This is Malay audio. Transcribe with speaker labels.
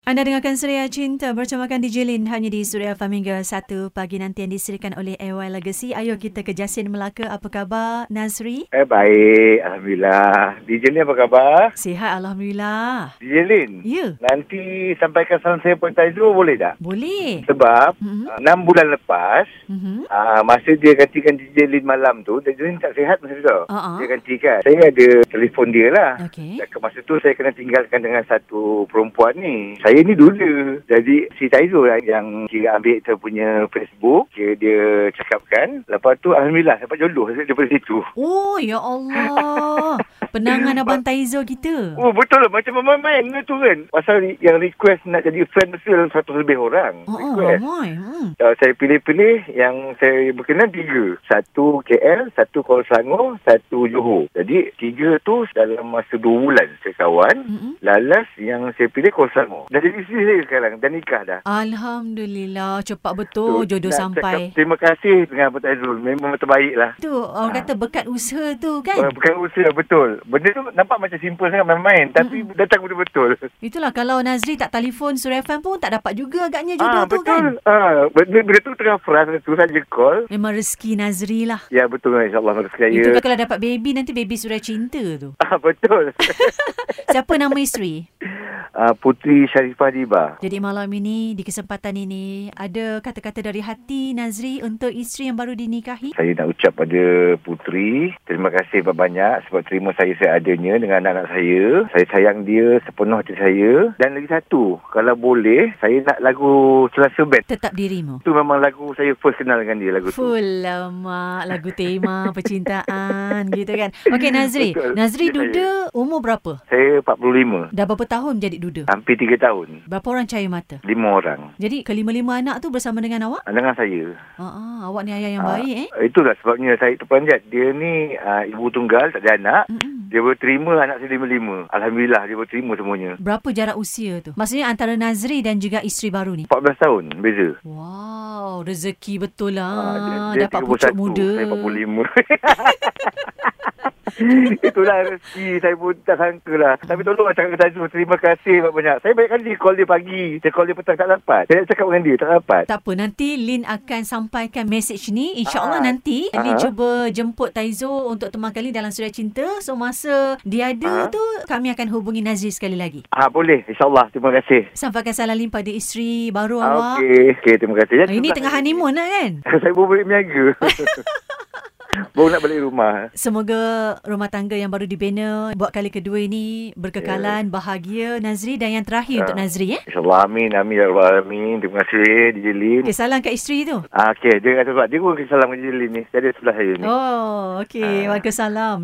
Speaker 1: Anda dengarkan Suria Cinta bercamakan DJ Lin hanya di Suria FM hingga 1 pagi nanti yang disediakan oleh AY Legacy. Ayo kita ke Jasin Melaka. Apa khabar Nazri?
Speaker 2: Eh baik, Alhamdulillah. DJ Lin apa khabar?
Speaker 1: Sihat Alhamdulillah.
Speaker 2: DJ Lin,
Speaker 1: Ya,
Speaker 2: nanti sampaikan salam saya Puan Taizul boleh tak?
Speaker 1: boleh. Mhm.
Speaker 2: Sebab mm-hmm. 6 bulan lepas,
Speaker 1: Mhm.
Speaker 2: uh, masa dia gantikan DJ Lin malam tu, DJ Lin tak sihat masa tu.
Speaker 1: Ah, ah.
Speaker 2: Dia gantikan. Saya ada telefon dia lah.
Speaker 1: Okey.
Speaker 2: Dan ke masa tu saya kena tinggalkan dengan satu perempuan ni. Saya ni dulu. Jadi si Taizul lah yang kira ambil saya punya Facebook. Kira dia cakapkan. Lepas tu Alhamdulillah dapat jodoh daripada situ.
Speaker 1: Oh, ya Allah. Penangan Abang Taizo kita.
Speaker 2: Oh betul lah macam main-main lah tu kan. Pasal yang request nak jadi friend mesti dalam 100 lebih orang.
Speaker 1: Oh, oh
Speaker 2: request.
Speaker 1: ramai. Hmm.
Speaker 2: Uh, saya pilih-pilih yang saya berkenan tiga. Satu KL, satu Kuala Selangor, satu Johor. Jadi tiga tu dalam masa dua bulan saya kawan.
Speaker 1: Mm-mm.
Speaker 2: Lalas yang saya pilih Kuala Selangor. Dah jadi isteri saya sekarang. Dah nikah dah.
Speaker 1: Alhamdulillah, cepat betul
Speaker 2: So,
Speaker 1: Oh, jodoh
Speaker 2: nak
Speaker 1: sampai.
Speaker 2: Cakap, terima kasih dengan Abang Azrul. Memang terbaik lah.
Speaker 1: Tu orang kata bekat usaha tu kan.
Speaker 2: Uh, Bukan usaha betul. Benda tu nampak macam simple sangat main-main. Tapi
Speaker 1: Hmm.
Speaker 2: datang betul-betul.
Speaker 1: Itulah kalau Nazri tak telefon Suria FM pun tak dapat juga agaknya jodoh tu
Speaker 2: Ah, betul.
Speaker 1: kan.
Speaker 2: Ah, benda, benda tu tengah frust tu saja call.
Speaker 1: Memang rezeki Nazri lah.
Speaker 2: Ya betul insyaAllah rezeki saya.
Speaker 1: Itu kalau dapat baby nanti baby Suria cinta tu.
Speaker 2: Ah, betul.
Speaker 1: Siapa nama isteri?
Speaker 2: Ah, Putri Sharifah Diba.
Speaker 1: Jadi malam ini di kesempatan ini ada kata-kata dari hati Nazri untuk isteri yang baru dinikahi.
Speaker 2: Saya nak ucap pada Putri, terima kasih banyak-banyak sebab terima saya seadanya dengan anak-anak saya. Saya sayang dia sepenuh hati saya. Dan lagi satu, kalau boleh, saya nak lagu Selasa Band.
Speaker 1: Tetap dirimu.
Speaker 2: Itu memang lagu saya first kenal dengan dia lagu tu.
Speaker 1: Full lama lagu tema percintaan gitu kan. Okey Nazri,
Speaker 2: Betul.
Speaker 1: Nazri
Speaker 2: Ya,
Speaker 1: duda umur berapa?
Speaker 2: Saya 45,
Speaker 1: Dah berapa tahun jadi duda?
Speaker 2: hampir 3 tahun.
Speaker 1: Berapa orang cahaya mata?
Speaker 2: Lima orang.
Speaker 1: Jadi kelima-lima anak tu bersama dengan awak?
Speaker 2: Dengan saya.
Speaker 1: Ha ah, awak ni ayah yang baik eh.
Speaker 2: Ah, Itulah sebabnya saya terperanjat. Dia ni ah, ibu tunggal, tak ada anak.
Speaker 1: Mm-mm.
Speaker 2: Dia berterima anak saya lima-lima. Alhamdulillah dia berterima semuanya.
Speaker 1: Berapa jarak usia tu? Maksudnya antara Nazri dan juga isteri baru ni?
Speaker 2: 14 tahun beza.
Speaker 1: Wow, rezeki betul lah.
Speaker 2: Ah,
Speaker 1: Dapat pucuk muda.
Speaker 2: Saya 45. Itulah rezeki. Saya pun tak sangka lah. Tapi tolonglah cakap ke Tazul. Terima kasih banyak-banyak. Saya banyak kali call dia pagi. Saya call dia petang tak dapat. Saya nak cakap dengan dia tak dapat.
Speaker 1: Tak apa, nanti Lin akan sampaikan mesej ni. InsyaAllah
Speaker 2: Ah.
Speaker 1: nanti Lin
Speaker 2: Ah.
Speaker 1: cuba jemput Taizo untuk temankan Lin dalam Suria Cinta. So, masa dia ada
Speaker 2: Ah.
Speaker 1: tu, kami akan hubungi Nazri sekali lagi.
Speaker 2: Ah boleh. InsyaAllah. Terima kasih.
Speaker 1: Sampaikan salam Lin pada isteri baru awak.
Speaker 2: Ah, Okey. Okey. Terima kasih.
Speaker 1: Hari ni tengah honeymoon lah kan?
Speaker 2: saya baru balik meniaga. baru nak balik rumah.
Speaker 1: Semoga rumah tangga yang baru dibina buat kali kedua ini berkekalan, bahagia Nazri dan yang terakhir
Speaker 2: Ya.
Speaker 1: untuk Nazri eh.
Speaker 2: InsyaAllah. Amin. Amin. Ya Rabbal Alamin. Terima kasih. DJ Lin.
Speaker 1: Okay, salam kat isteri tu.
Speaker 2: Ah, Okey. Dia kata sebab dia pun salam dengan DJ Lin ni. Dia ada sebelah saya ni.
Speaker 1: Oh, okey.
Speaker 2: Ah.
Speaker 1: Waalaikumsalam.